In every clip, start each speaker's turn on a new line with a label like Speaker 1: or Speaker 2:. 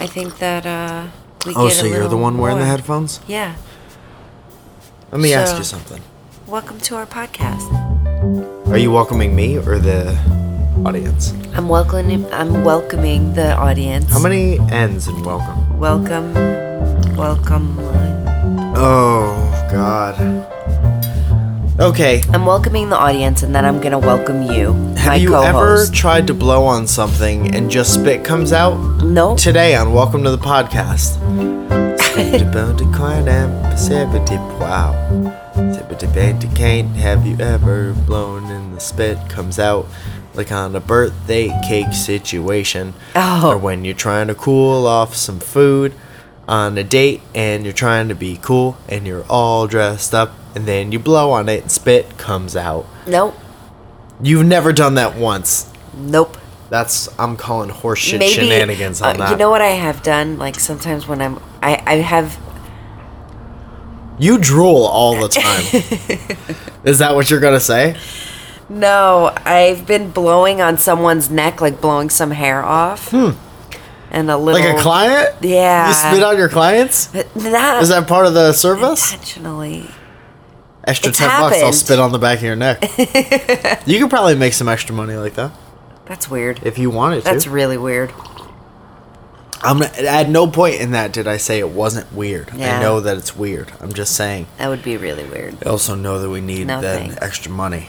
Speaker 1: I think that uh, we
Speaker 2: Oh,
Speaker 1: get a
Speaker 2: so you're the
Speaker 1: little
Speaker 2: one wearing the
Speaker 1: more.
Speaker 2: headphones?
Speaker 1: Yeah.
Speaker 2: Let me ask
Speaker 1: So-
Speaker 2: you something.
Speaker 1: Welcome to our podcast.
Speaker 2: Are you welcoming me or the audience?
Speaker 1: I'm welcoming. I'm welcoming the audience.
Speaker 2: How many ends in welcome?
Speaker 1: Welcome, welcome.
Speaker 2: Oh, God. Okay.
Speaker 1: I'm welcoming the audience, and then I'm gonna welcome you, my
Speaker 2: Have you ever
Speaker 1: co-host.
Speaker 2: tried to blow on something and just spit comes out?
Speaker 1: no.
Speaker 2: Today on Welcome to the Podcast. wow. Can't have you ever blown in the spit comes out like on a birthday cake situation?
Speaker 1: Oh.
Speaker 2: Or when you're trying to cool off some food on a date and you're trying to be cool and you're all dressed up and then you blow on it and spit comes out.
Speaker 1: Nope.
Speaker 2: You've never done that once.
Speaker 1: Nope.
Speaker 2: That's I'm calling horseshit
Speaker 1: Maybe
Speaker 2: shenanigans on
Speaker 1: uh,
Speaker 2: that.
Speaker 1: You know what I have done? Like sometimes when I'm, I, I have.
Speaker 2: You drool all the time. Is that what you're gonna say?
Speaker 1: No, I've been blowing on someone's neck, like blowing some hair off, and a little
Speaker 2: Hmm. Like a client?
Speaker 1: Yeah.
Speaker 2: You spit on your clients?
Speaker 1: But That
Speaker 2: Is that part of the service?
Speaker 1: intentionally?
Speaker 2: Extra
Speaker 1: It's
Speaker 2: ten bucks, I'll
Speaker 1: happened.
Speaker 2: spit on the back of your neck. you could probably make some extra money like that
Speaker 1: That's weird.
Speaker 2: if you wanted to.
Speaker 1: That's really weird.
Speaker 2: I'm not- at no point in that did I say it wasn't weird.
Speaker 1: Yeah.
Speaker 2: I know that it's weird. I'm just saying.
Speaker 1: That would be really weird.
Speaker 2: I also know that we need
Speaker 1: No
Speaker 2: that
Speaker 1: thanks.
Speaker 2: extra money.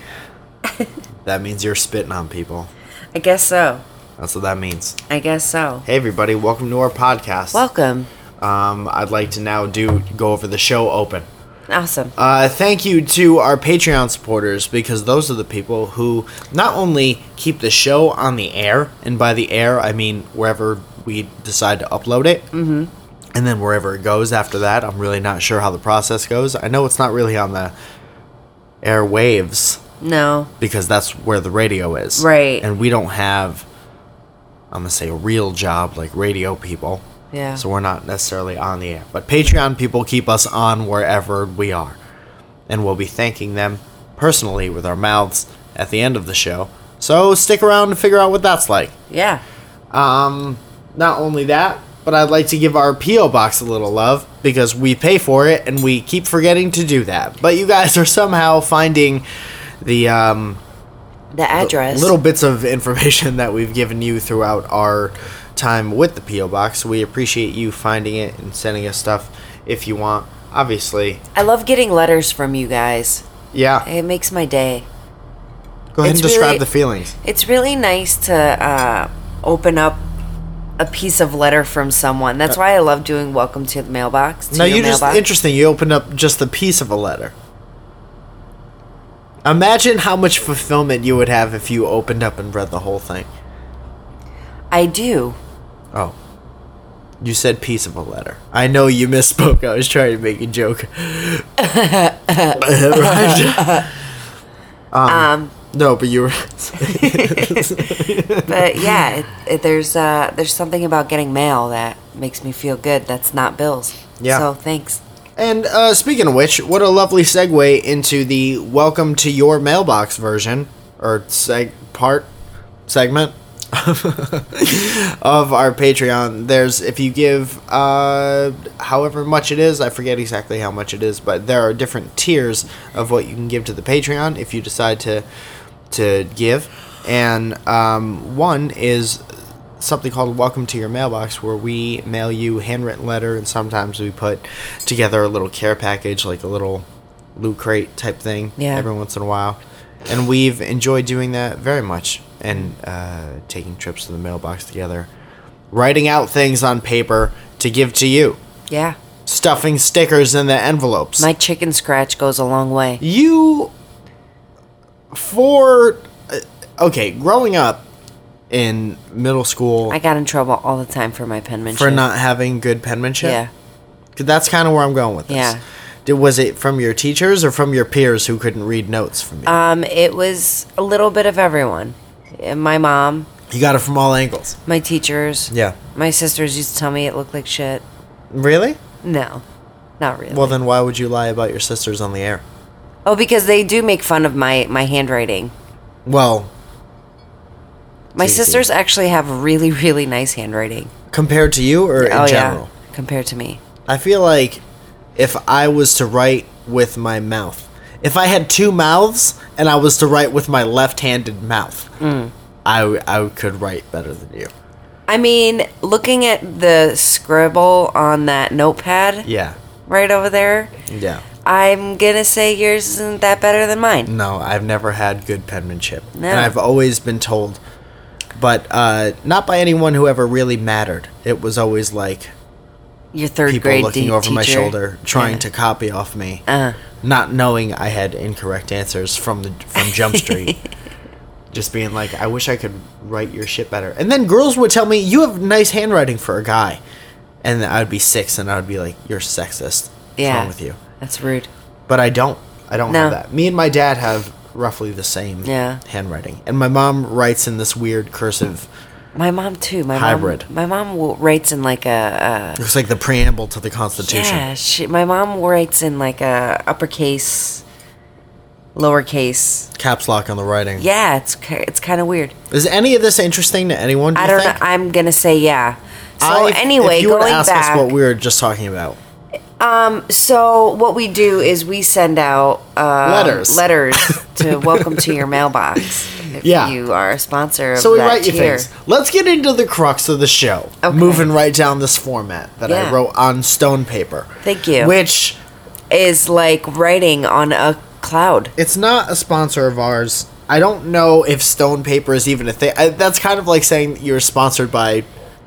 Speaker 2: that means you're spitting on people.
Speaker 1: I guess so.
Speaker 2: That's what that means.
Speaker 1: I guess so.
Speaker 2: Hey everybody, welcome to our podcast.
Speaker 1: Welcome.
Speaker 2: Um, I'd like to now do go over the show open.
Speaker 1: Awesome.
Speaker 2: Uh, thank you to our Patreon supporters because those are the people who not only keep the show on the air, and by the air I mean wherever we decide to upload it, mm-hmm. and then wherever it goes after that. I'm really not sure how the process goes. I know it's not really on the airwaves
Speaker 1: No.
Speaker 2: because that's where the radio is,
Speaker 1: Right.
Speaker 2: And we don't have, I'm gonna say, a real job like radio people.
Speaker 1: Yeah.
Speaker 2: So we're not necessarily on the air. But Patreon people keep us on wherever we are. And we'll be thanking them personally with our mouths at the end of the show. So stick around and figure out what that's like.
Speaker 1: Yeah.
Speaker 2: Um, not only that, but I'd like to give our P.O. box a little love because we pay for it and we keep forgetting to do that. But you guys are somehow finding the um,
Speaker 1: The address.
Speaker 2: little bits of information that we've given you throughout our time with the PO box. We appreciate you finding it and sending us stuff if you want. Obviously,
Speaker 1: I love getting letters from you guys.
Speaker 2: yeah.
Speaker 1: It makes my day.
Speaker 2: Go ahead and
Speaker 1: It's
Speaker 2: describe
Speaker 1: really-
Speaker 2: the feelings.
Speaker 1: It's really nice to uh, open up a piece of letter from someone. That's why I love doing Welcome to the Mailbox. To
Speaker 2: Uh, Now
Speaker 1: your
Speaker 2: you just
Speaker 1: mailbox.
Speaker 2: interesting. You opened up just a piece of a letter. Imagine how much fulfillment you would have if you opened up and read the whole thing.
Speaker 1: I do.
Speaker 2: Oh. You said piece of a letter. I know you misspoke. I was trying to make a joke. Right?
Speaker 1: Um,
Speaker 2: No, but you were.
Speaker 1: but yeah, it, it, there's uh, there's something about getting mail that makes me feel good. That's not bills.
Speaker 2: Yeah.
Speaker 1: So thanks.
Speaker 2: and uh, speaking of which, what a lovely segue into the welcome to your mailbox version or seg part segment of our Patreon. There's if you give uh, however much it is, I forget exactly how much it is, but there are different tiers of what you can give to the Patreon if you decide to to give. And um, one is something called Welcome to Your Mailbox, where we mail you handwritten letter, and sometimes we put together a little care package, like a little loot crate type thing,
Speaker 1: Yeah.
Speaker 2: every once in a while. And we've enjoyed doing that very much, and uh, taking trips to the mailbox together, writing out things on paper to give to you,
Speaker 1: Yeah.
Speaker 2: stuffing stickers in the envelopes.
Speaker 1: My chicken scratch goes a long way.
Speaker 2: You for uh, okay, growing up in middle school
Speaker 1: I got in trouble all the time for my penmanship.
Speaker 2: for not having good penmanship.
Speaker 1: Yeah.
Speaker 2: 'Cause that's kind of where I'm going with this.
Speaker 1: Yeah.
Speaker 2: Did, was it from your teachers or from your peers who couldn't read notes from you?
Speaker 1: Um, it was a little bit of everyone. Uh, My mom,
Speaker 2: you got it from all angles.
Speaker 1: my teachers.
Speaker 2: Yeah.
Speaker 1: My sisters used to tell me it looked like shit.
Speaker 2: Really?
Speaker 1: No, not really.
Speaker 2: Well, then why would you lie about your sisters on the air?
Speaker 1: oh, because they do make fun of my my handwriting.
Speaker 2: Well,
Speaker 1: My
Speaker 2: Thank you.
Speaker 1: sisters actually have really, really nice handwriting.
Speaker 2: Compared to you or in
Speaker 1: oh
Speaker 2: general?
Speaker 1: yeah, compared to me.
Speaker 2: I feel like if I was to write with my mouth, if I had two mouths and I was to write with my left-handed mouth, I w I I could write better than you.
Speaker 1: I mean, looking at the scribble on that notepad
Speaker 2: Yeah,
Speaker 1: right over there,
Speaker 2: yeah.
Speaker 1: I'm gonna say yours isn't that better than mine.
Speaker 2: No, I've never had good penmanship,
Speaker 1: No.
Speaker 2: and I've always been told, but uh, not by anyone who ever really mattered. It was always like
Speaker 1: Your third
Speaker 2: people
Speaker 1: grade
Speaker 2: looking
Speaker 1: de-
Speaker 2: over my
Speaker 1: teacher.
Speaker 2: shoulder, trying
Speaker 1: Yeah.
Speaker 2: to copy off me,
Speaker 1: Uh-huh.
Speaker 2: not knowing I had incorrect answers from the from Jump Street. Just being like, I wish I could write your shit better. And then girls would tell me, "You have nice handwriting for a guy," and I'd be six, and I'd be like, "You're sexist. What's
Speaker 1: Yeah,
Speaker 2: wrong with you?"
Speaker 1: That's rude.
Speaker 2: but I don't. I don't
Speaker 1: No.
Speaker 2: have that. Me and my dad have roughly the same
Speaker 1: Yeah.
Speaker 2: handwriting, and my mom writes in this weird cursive.
Speaker 1: My mom too. My
Speaker 2: Hybrid.
Speaker 1: Mom, my mom w- writes in like a,
Speaker 2: Looks like the preamble to the
Speaker 1: a
Speaker 2: Constitution.
Speaker 1: Uh. yeah. She, my mom writes in like a uppercase, lowercase.
Speaker 2: Caps lock on the writing.
Speaker 1: Yeah, it's ki- it's kind of weird.
Speaker 2: Is any of this interesting to anyone? Do
Speaker 1: I
Speaker 2: you
Speaker 1: don't. know.
Speaker 2: think?
Speaker 1: I'm gonna say yeah. So
Speaker 2: I- if-
Speaker 1: anyway,
Speaker 2: if you
Speaker 1: going
Speaker 2: were to ask
Speaker 1: back.
Speaker 2: us what we were just talking about,
Speaker 1: so what we do is we send out uh,
Speaker 2: Letters.
Speaker 1: letters to welcome to your mailbox. If
Speaker 2: Yeah.
Speaker 1: you are a sponsor of
Speaker 2: so we
Speaker 1: that
Speaker 2: write you
Speaker 1: tier.
Speaker 2: things. Let's get into the crux of the show.
Speaker 1: Okay.
Speaker 2: Moving right down this format that I
Speaker 1: Yeah.
Speaker 2: wrote on stone paper.
Speaker 1: Thank you.
Speaker 2: Which
Speaker 1: Is like writing on a cloud.
Speaker 2: it's not a sponsor of ours. I don't know if stone paper is even a thing. I, that's kind of like saying that you're sponsored by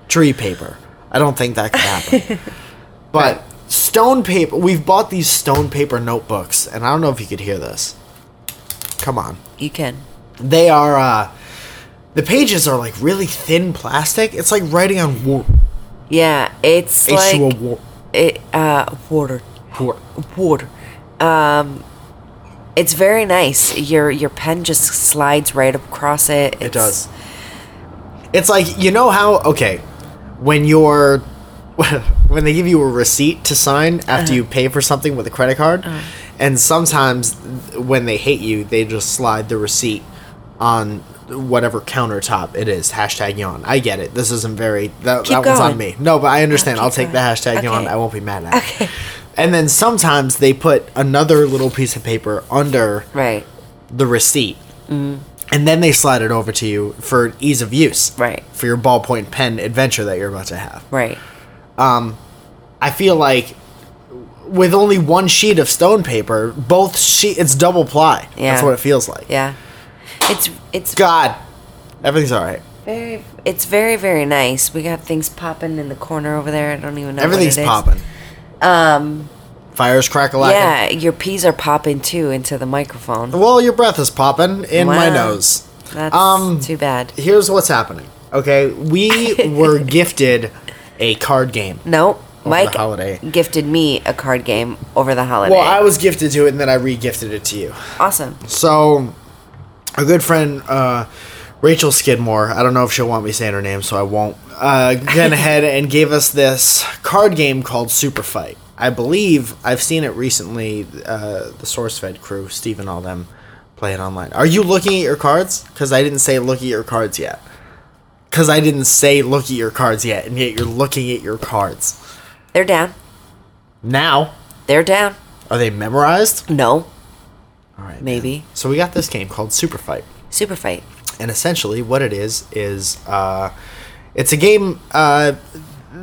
Speaker 2: tree paper. I don't think that could happen. but stone paper, we've bought these stone paper notebooks, and I don't know if you could hear this. Come on.
Speaker 1: You can.
Speaker 2: They are, uh, the pages are like really thin plastic. It's like writing on war.
Speaker 1: Yeah, it's like
Speaker 2: issue of war.
Speaker 1: it uh water
Speaker 2: war.
Speaker 1: water um it's very nice your your pen just slides right across it
Speaker 2: It does. It's like you know how okay, when you're when they give you a receipt to sign after you
Speaker 1: Uh-huh.
Speaker 2: pay for something with a credit card, and sometimes th- when they hate you, they just slide the receipt on whatever countertop it is. Hashtag yawn. I get it. This isn't very that,
Speaker 1: Keep
Speaker 2: that one's on
Speaker 1: going.
Speaker 2: me. No, but I understand.
Speaker 1: keep
Speaker 2: I'll take the
Speaker 1: going.
Speaker 2: hashtag yawn.
Speaker 1: Okay.
Speaker 2: I won't be mad at it. And then sometimes they put another little piece of paper under
Speaker 1: right
Speaker 2: the receipt,
Speaker 1: Mm.
Speaker 2: and then they slide it over to you for ease of use,
Speaker 1: Right.
Speaker 2: For your ballpoint pen adventure that you're about to have.
Speaker 1: right
Speaker 2: I feel like with only one sheet of stone paper, both sheet it's double ply.
Speaker 1: Yeah.
Speaker 2: That's what it feels like.
Speaker 1: yeah it's it's
Speaker 2: God, everything's all right.
Speaker 1: very it's very very nice we got things popping in the corner over there i don't even know what
Speaker 2: Everything's
Speaker 1: it is.
Speaker 2: popping. Um, fires crackle.
Speaker 1: yeah your peas are popping too into the microphone
Speaker 2: Well, your breath is popping in my
Speaker 1: Wow.
Speaker 2: nose.
Speaker 1: that's
Speaker 2: Um,
Speaker 1: too bad
Speaker 2: Here's what's happening. Okay, we were gifted a card game.
Speaker 1: no
Speaker 2: the
Speaker 1: mike
Speaker 2: holiday.
Speaker 1: gifted me a card game over the holiday
Speaker 2: Well, I was gifted to it, and then I re-gifted it to you.
Speaker 1: awesome
Speaker 2: So, a good friend, uh, Rachel Skidmore, I don't know if she'll want me saying her name, so I won't, uh, went ahead and gave us this card game called Super Fight. I believe I've seen it recently, uh, the SourceFed crew, Steve and all them, play it online. Are you looking at your cards? Because I didn't say look at your cards yet. Because I didn't say look at your cards yet, and yet you're looking at your cards.
Speaker 1: they're down
Speaker 2: Now,
Speaker 1: they're down
Speaker 2: are they memorized?
Speaker 1: no
Speaker 2: All right.
Speaker 1: maybe
Speaker 2: So we got this game called Super Fight.
Speaker 1: super fight
Speaker 2: and essentially what it is is uh, it's a game uh,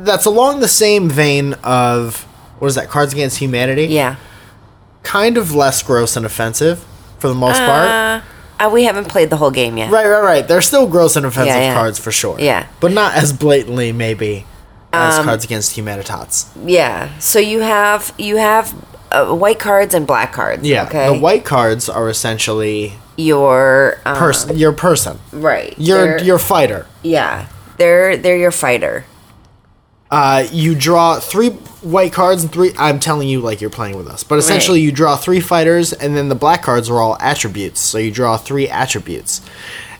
Speaker 2: that's along the same vein of what is that cards against humanity
Speaker 1: yeah
Speaker 2: kind of less gross and offensive for the most part
Speaker 1: Uh, uh, we haven't played the whole game yet.
Speaker 2: right right right they're still gross and offensive
Speaker 1: Yeah, yeah.
Speaker 2: cards for sure
Speaker 1: Yeah. Um,
Speaker 2: but not as blatantly maybe as cards against humanitots
Speaker 1: Yeah. So you have you have uh, white cards and black cards.
Speaker 2: yeah
Speaker 1: Okay.
Speaker 2: the white cards are essentially
Speaker 1: your um,
Speaker 2: person your person
Speaker 1: Right.
Speaker 2: your
Speaker 1: They're-
Speaker 2: your fighter
Speaker 1: Yeah. They're they're your fighter.
Speaker 2: Uh, you draw three white cards and three. I'm telling you, like you're playing with us, but essentially
Speaker 1: Right.
Speaker 2: you draw three fighters, and then the black cards are all attributes. So you draw three attributes,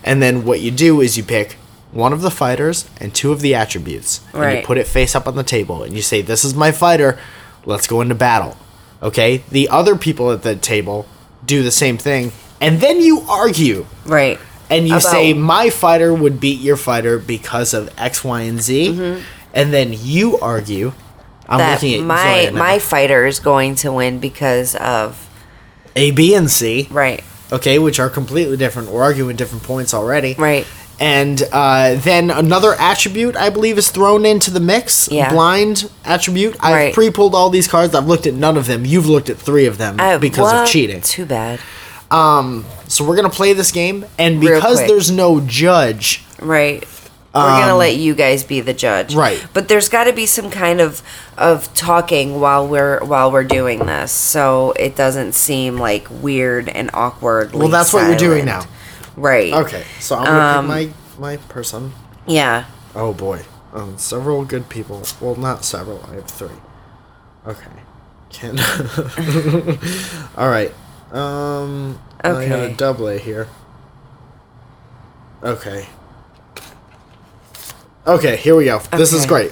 Speaker 2: and then what you do is you pick one of the fighters and two of the attributes, and
Speaker 1: Right.
Speaker 2: you put it face up on the table, and you say, "This is my fighter. Let's go into battle." Okay. The other people at the table do the same thing, and then you argue
Speaker 1: Right.
Speaker 2: and you
Speaker 1: About-
Speaker 2: say my fighter would beat your fighter because of X, Y, and Z, and then you argue. I'm
Speaker 1: Mm-hmm. that
Speaker 2: looking at
Speaker 1: my
Speaker 2: Zoya now.
Speaker 1: my fighter is going to win because of
Speaker 2: A, B, and C,
Speaker 1: right,
Speaker 2: okay, which are completely different. We're arguing different points already,
Speaker 1: right.
Speaker 2: And uh, then another attribute, I believe, is thrown into the mix.
Speaker 1: Yeah.
Speaker 2: Blind attribute. I've
Speaker 1: Right.
Speaker 2: pre-pulled all these cards. I've looked at none of them. You've looked at three of them
Speaker 1: I-
Speaker 2: because
Speaker 1: well,
Speaker 2: of cheating.
Speaker 1: Too bad.
Speaker 2: So we're gonna play this game, and
Speaker 1: Real
Speaker 2: because
Speaker 1: quick.
Speaker 2: there's no judge,
Speaker 1: Right. We're gonna let you guys be the judge.
Speaker 2: Um, right.
Speaker 1: But there's got to be some kind of of talking while we're while we're doing this, so it doesn't seem like weird and awkward.
Speaker 2: well, that's what you're doing now.
Speaker 1: Right.
Speaker 2: Okay, so I'm gonna
Speaker 1: Um,
Speaker 2: pick my my person.
Speaker 1: Yeah.
Speaker 2: Oh boy, um, several good people. Well, not several. I have three. Okay, can. All right. Um, I got a
Speaker 1: Okay.
Speaker 2: double A here. Okay. Okay, here we go. This is
Speaker 1: Okay.
Speaker 2: great.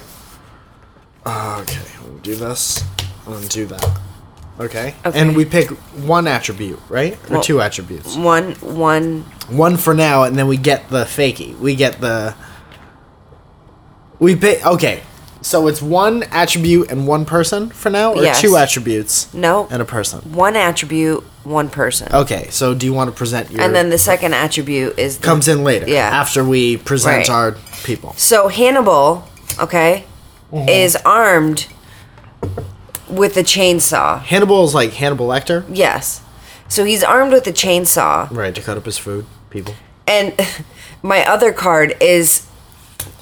Speaker 2: Okay, we'll do this. We'll do that. Okay.
Speaker 1: Okay.
Speaker 2: And we pick one attribute, right? Or
Speaker 1: Well-
Speaker 2: two attributes.
Speaker 1: One. One.
Speaker 2: One for now, and then we get the fakey. We get the. We pick. Okay. So it's one attribute and one person for now, or
Speaker 1: Yes.
Speaker 2: two attributes
Speaker 1: No.
Speaker 2: and a person.
Speaker 1: one attribute. One person.
Speaker 2: Okay. So do you want to present your?
Speaker 1: And then the second attribute is the-
Speaker 2: comes in later.
Speaker 1: Yeah.
Speaker 2: After we present
Speaker 1: Right.
Speaker 2: our people.
Speaker 1: So Hannibal, okay,
Speaker 2: Mm-hmm.
Speaker 1: is armed with a chainsaw.
Speaker 2: Hannibal is like Hannibal Lecter.
Speaker 1: Yes. So he's armed with a chainsaw.
Speaker 2: Right to cut up his food. People.
Speaker 1: and my other card is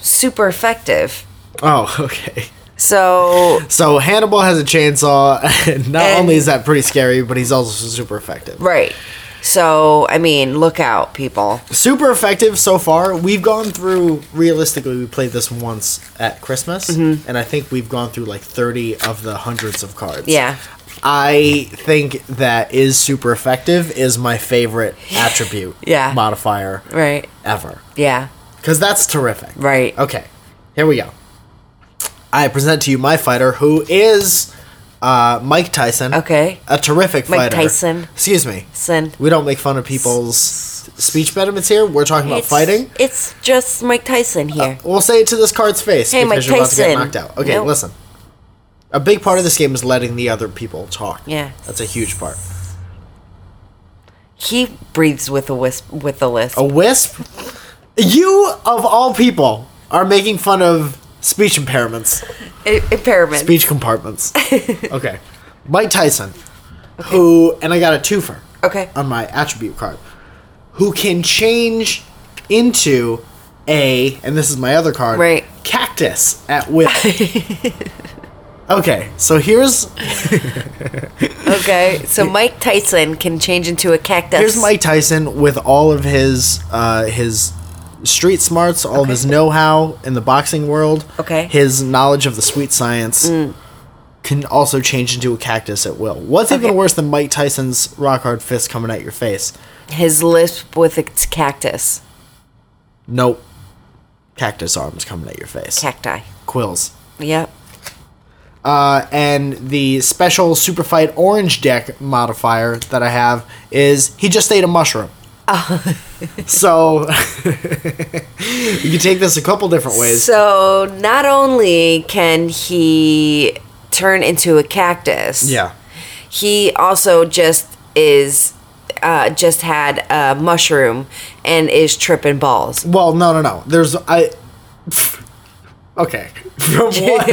Speaker 1: super effective.
Speaker 2: Oh, okay.
Speaker 1: So
Speaker 2: So Hannibal has a chainsaw. And not
Speaker 1: And-
Speaker 2: only is that pretty scary, but he's also super effective.
Speaker 1: right. So I mean, look out, people.
Speaker 2: super effective so far. We've gone through realistically, we played this once at Christmas,
Speaker 1: Mm-hmm.
Speaker 2: and I think we've gone through like thirty of the hundreds of cards.
Speaker 1: Yeah.
Speaker 2: I think that is super effective is my favorite attribute
Speaker 1: Yeah.
Speaker 2: modifier
Speaker 1: Right.
Speaker 2: ever
Speaker 1: Yeah.
Speaker 2: because that's terrific.
Speaker 1: Right.
Speaker 2: Okay, here we go. I present to you my fighter who is uh, Mike Tyson.
Speaker 1: Okay.
Speaker 2: A terrific
Speaker 1: Mike
Speaker 2: fighter.
Speaker 1: Tyson.
Speaker 2: Excuse me.
Speaker 1: Sin.
Speaker 2: We don't make fun of people's speech impediments here. We're talking about fighting. Oh.
Speaker 1: It's just Mike Tyson here.
Speaker 2: We'll say it to this card's face
Speaker 1: Hey,
Speaker 2: because
Speaker 1: Mike
Speaker 2: you're about to get
Speaker 1: Tyson.
Speaker 2: knocked out. Okay,
Speaker 1: Nope.
Speaker 2: listen. A big part of this game is letting the other people talk.
Speaker 1: Yeah.
Speaker 2: That's a huge part.
Speaker 1: he breathes with a wisp. With a lisp.
Speaker 2: A wisp? You, of all people, are making fun of speech impairments,
Speaker 1: I- impairment.
Speaker 2: speech compartments. okay. Mike Tyson, who, and I got a twofer
Speaker 1: Okay.
Speaker 2: on my attribute card, who can change into a, and this is my other card,
Speaker 1: Right.
Speaker 2: cactus at will. okay, so here's
Speaker 1: Okay. So Mike Tyson can change into a cactus.
Speaker 2: Here's Mike Tyson with all of his uh, his street smarts, all of his know-how in the boxing world.
Speaker 1: Okay. Mm.
Speaker 2: His knowledge of the sweet science can also change into a cactus at will. What's even
Speaker 1: Okay.
Speaker 2: worse than Mike Tyson's rock hard fist coming at your face?
Speaker 1: His lisp with a t- cactus.
Speaker 2: Nope. Cactus arms coming at your face.
Speaker 1: Cacti.
Speaker 2: Quills.
Speaker 1: Yep.
Speaker 2: Uh, and the special super fight orange deck modifier that I have is he just ate a mushroom. so you can take this a couple different ways.
Speaker 1: So not only can he turn into a cactus,
Speaker 2: yeah.
Speaker 1: he also just is uh, just had a mushroom and is tripping balls.
Speaker 2: Well, no, no, no. There's I. Okay. From one,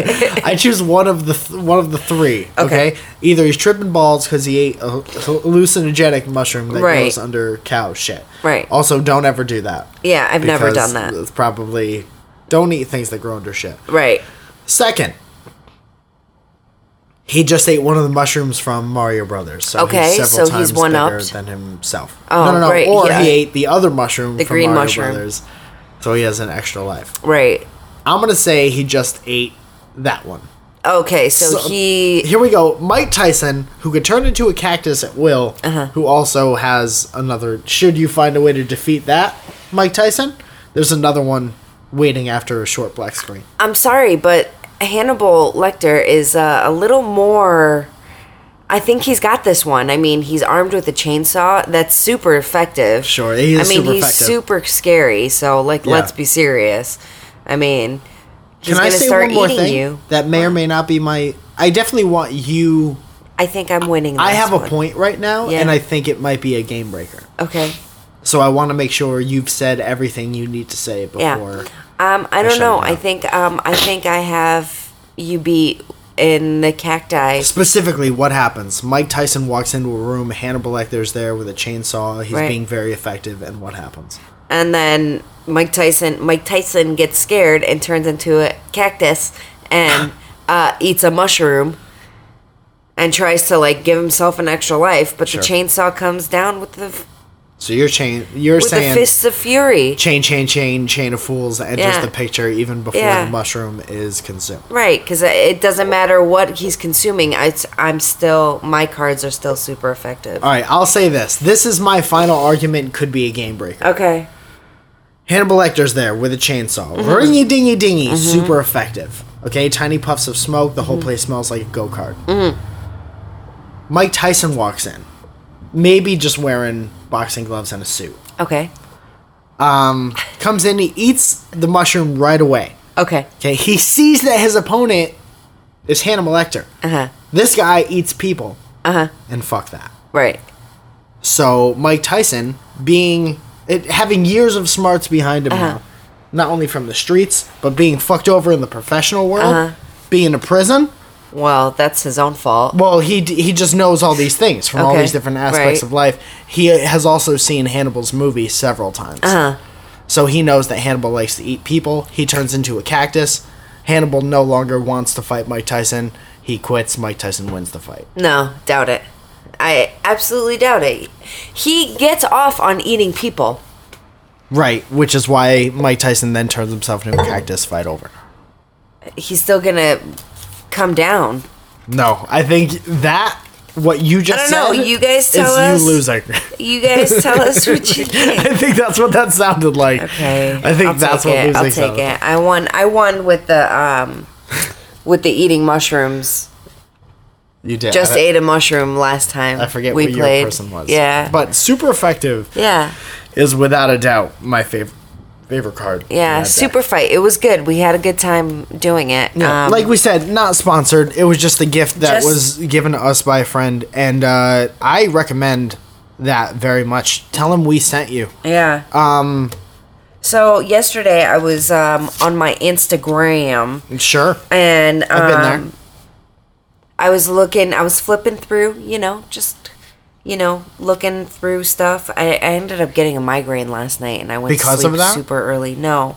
Speaker 2: I choose one of the th- one of the three. Okay.
Speaker 1: Okay.
Speaker 2: Either he's tripping balls because he ate a hallucinogenic mushroom that
Speaker 1: Right.
Speaker 2: goes under cow shit.
Speaker 1: Right.
Speaker 2: Also, don't ever do that.
Speaker 1: Yeah, I've never done
Speaker 2: because
Speaker 1: that.
Speaker 2: It's probably don't eat things that grow under shit.
Speaker 1: Right.
Speaker 2: Second, he just ate one of the mushrooms from Mario Brothers. So
Speaker 1: Okay,
Speaker 2: he's several
Speaker 1: so he's
Speaker 2: times bigger
Speaker 1: one-upped.
Speaker 2: than himself.
Speaker 1: Oh,
Speaker 2: no, no, no.
Speaker 1: great,
Speaker 2: Or
Speaker 1: yeah.
Speaker 2: he ate the other mushroom,
Speaker 1: The
Speaker 2: from
Speaker 1: green
Speaker 2: Mario
Speaker 1: mushroom.
Speaker 2: Brothers. So he has an extra life.
Speaker 1: Right.
Speaker 2: I'm gonna say he just ate that one.
Speaker 1: Okay, so,
Speaker 2: So-
Speaker 1: he
Speaker 2: Here we go. Mike Tyson, who could turn into a cactus at will,
Speaker 1: Uh-huh.
Speaker 2: who also has another. Should you find a way to defeat that, Mike Tyson? There's another one waiting after a short black screen.
Speaker 1: I'm sorry, but Hannibal Lecter is uh, a little more I think he's got this one. I mean, he's armed with a chainsaw. That's super effective.
Speaker 2: Sure, he is
Speaker 1: I mean,
Speaker 2: super
Speaker 1: he's
Speaker 2: effective.
Speaker 1: super scary. So, like,
Speaker 2: Yeah.
Speaker 1: let's be serious. I mean, he's
Speaker 2: Can I
Speaker 1: gonna
Speaker 2: say
Speaker 1: start
Speaker 2: one more
Speaker 1: eating
Speaker 2: thing
Speaker 1: you.
Speaker 2: that may or may not be my? I definitely want you.
Speaker 1: I think I'm winning. This
Speaker 2: I have
Speaker 1: one.
Speaker 2: a point right now,
Speaker 1: Yeah.
Speaker 2: and I think it might be a game breaker.
Speaker 1: Okay.
Speaker 2: So I want to make sure you've said everything you need to say
Speaker 1: Yeah.
Speaker 2: before.
Speaker 1: Um, I
Speaker 2: shut
Speaker 1: don't
Speaker 2: it
Speaker 1: know. I
Speaker 2: down.
Speaker 1: think um, I think I have you beat in the cacti.
Speaker 2: Specifically, what happens? Mike Tyson walks into a room. Hannibal Lecter's there with a chainsaw. He's
Speaker 1: Right.
Speaker 2: being very effective, and what happens?
Speaker 1: and then Mike Tyson Mike Tyson gets scared and turns into a cactus and uh, eats a mushroom and tries to like give himself an extra life, but
Speaker 2: Sure.
Speaker 1: the chainsaw comes down with the
Speaker 2: So you're chain. You're
Speaker 1: with
Speaker 2: saying
Speaker 1: the fists of fury.
Speaker 2: chain, chain, chain, chain of fools enters
Speaker 1: Yeah.
Speaker 2: the picture even before
Speaker 1: Yeah.
Speaker 2: the mushroom is consumed.
Speaker 1: Right, because it doesn't matter what he's consuming. It's, I'm still my cards are still super effective.
Speaker 2: All right, I'll say this. This is my final argument. Could be a game breaker.
Speaker 1: Okay,
Speaker 2: Hannibal Lecter's there with a chainsaw.
Speaker 1: Mm-hmm.
Speaker 2: Ringy dingy dingy, super effective. Okay, tiny puffs of smoke. The
Speaker 1: Mm-hmm.
Speaker 2: whole place smells like a go kart. Mike Tyson walks in, maybe just wearing boxing gloves and a suit.
Speaker 1: okay,
Speaker 2: Comes in, he eats the mushroom right away.
Speaker 1: okay,
Speaker 2: Okay, he sees that his opponent is Hannibal Lecter.
Speaker 1: uh huh,
Speaker 2: This guy eats people,
Speaker 1: uh huh,
Speaker 2: and fuck that.
Speaker 1: right,
Speaker 2: So Mike Tyson, being it, having years of smarts behind him
Speaker 1: Uh-huh.
Speaker 2: now, not only from the streets but being fucked over in the professional world,
Speaker 1: Uh-huh.
Speaker 2: being in prison.
Speaker 1: well, that's his own fault.
Speaker 2: Well, he d- he just knows all these things from all
Speaker 1: Okay,
Speaker 2: these different
Speaker 1: right.
Speaker 2: aspects of life. He has also seen Hannibal's movie several times,
Speaker 1: Uh huh,
Speaker 2: so he knows that Hannibal likes to eat people. He turns into a cactus. Hannibal no longer wants to fight Mike Tyson. He quits. Mike Tyson wins the fight.
Speaker 1: no, doubt it. I absolutely doubt it. He gets off on eating people.
Speaker 2: Right, which is why Mike Tyson then turns himself into a cactus. Fight over.
Speaker 1: He's still gonna come down.
Speaker 2: No, I think that what you just
Speaker 1: I don't know,
Speaker 2: said
Speaker 1: you guys tell
Speaker 2: is
Speaker 1: us-
Speaker 2: you losing.
Speaker 1: You guys tell us what you think.
Speaker 2: I think that's what that sounded like.
Speaker 1: Okay,
Speaker 2: I think
Speaker 1: I'll
Speaker 2: that's
Speaker 1: take
Speaker 2: what
Speaker 1: it.
Speaker 2: losing
Speaker 1: I'll take
Speaker 2: sounded like.
Speaker 1: it. I won. I won with the um, with the eating mushrooms.
Speaker 2: You did.
Speaker 1: Just
Speaker 2: I,
Speaker 1: ate a mushroom last time.
Speaker 2: I forget
Speaker 1: we
Speaker 2: what
Speaker 1: played.
Speaker 2: your person was.
Speaker 1: Yeah,
Speaker 2: But super effective
Speaker 1: yeah,
Speaker 2: is without a doubt my favorite favorite card. in
Speaker 1: yeah.
Speaker 2: that deck.
Speaker 1: Super fight. It was good. We had a good time doing it.
Speaker 2: Yeah,
Speaker 1: Um,
Speaker 2: like we said, not sponsored. It was just a gift that
Speaker 1: Just-
Speaker 2: was given to us by a friend, and uh, I recommend that very much. Tell him we sent you.
Speaker 1: Yeah. Um. So yesterday I was um on my Instagram
Speaker 2: Sure,
Speaker 1: and um,
Speaker 2: I've been there.
Speaker 1: I was looking, I was flipping through, you know, just, you know, looking through stuff. I, I ended up getting a migraine last night and I went
Speaker 2: Because
Speaker 1: to sleep
Speaker 2: of that?
Speaker 1: super early. No,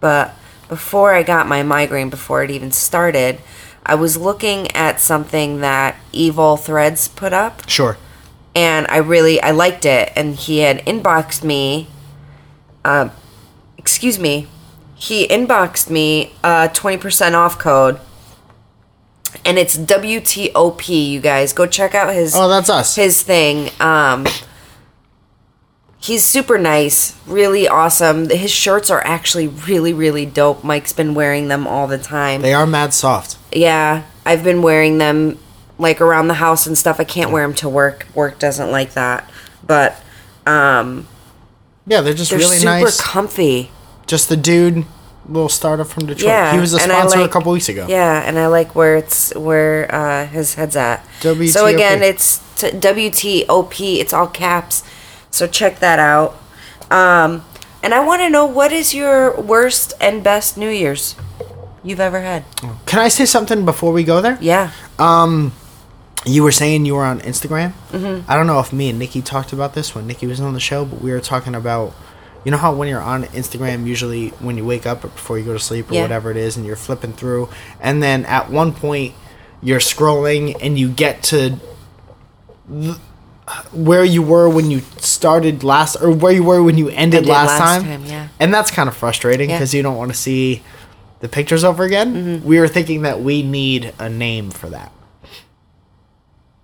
Speaker 1: but before I got my migraine, before it even started, I was looking at something that Evil Threads put up
Speaker 2: Sure.
Speaker 1: and I really, I liked it. And he had inboxed me, uh, excuse me, he inboxed me a 20% off code and it's WTOP, you guys. Go check out his
Speaker 2: Oh, that's us.
Speaker 1: his thing. Um, he's super nice, really awesome. His shirts are actually really, really dope. Mike's been wearing them all the time.
Speaker 2: They are mad soft.
Speaker 1: yeah, I've been wearing them like around the house and stuff. I can't wear them to work. Work doesn't like that, but um,
Speaker 2: Yeah, they're just
Speaker 1: they're
Speaker 2: really
Speaker 1: super
Speaker 2: nice.
Speaker 1: comfy.
Speaker 2: just the dude, little startup from Detroit.
Speaker 1: Yeah,
Speaker 2: he was a
Speaker 1: and I
Speaker 2: sponsor a
Speaker 1: like-
Speaker 2: couple weeks ago.
Speaker 1: Yeah, and I like where it's where uh, his head's at. So
Speaker 2: WTOP.
Speaker 1: again, it's t- WTOP. It's all caps. So check that out. Um, and I want to know what is your worst and best New Year's you've ever had?
Speaker 2: Can I say something before we go there?
Speaker 1: Yeah.
Speaker 2: You were saying you were on Instagram. Mm-hmm. I don't know if me and Nikki talked about this when Nikki was on the show, but we were talking about, you know how when you're on Instagram, usually when you wake up or before you go to sleep or
Speaker 1: Yeah.
Speaker 2: whatever it is, and you're flipping through, and then at one point you're scrolling and you get to th- where you were when you started last, or where you were when you ended,
Speaker 1: Ended
Speaker 2: last,
Speaker 1: last
Speaker 2: time.
Speaker 1: time, yeah.
Speaker 2: And that's kind of frustrating
Speaker 1: Yeah. Mm-hmm.
Speaker 2: because you don't want to see the pictures over again. We were thinking that we need a name for that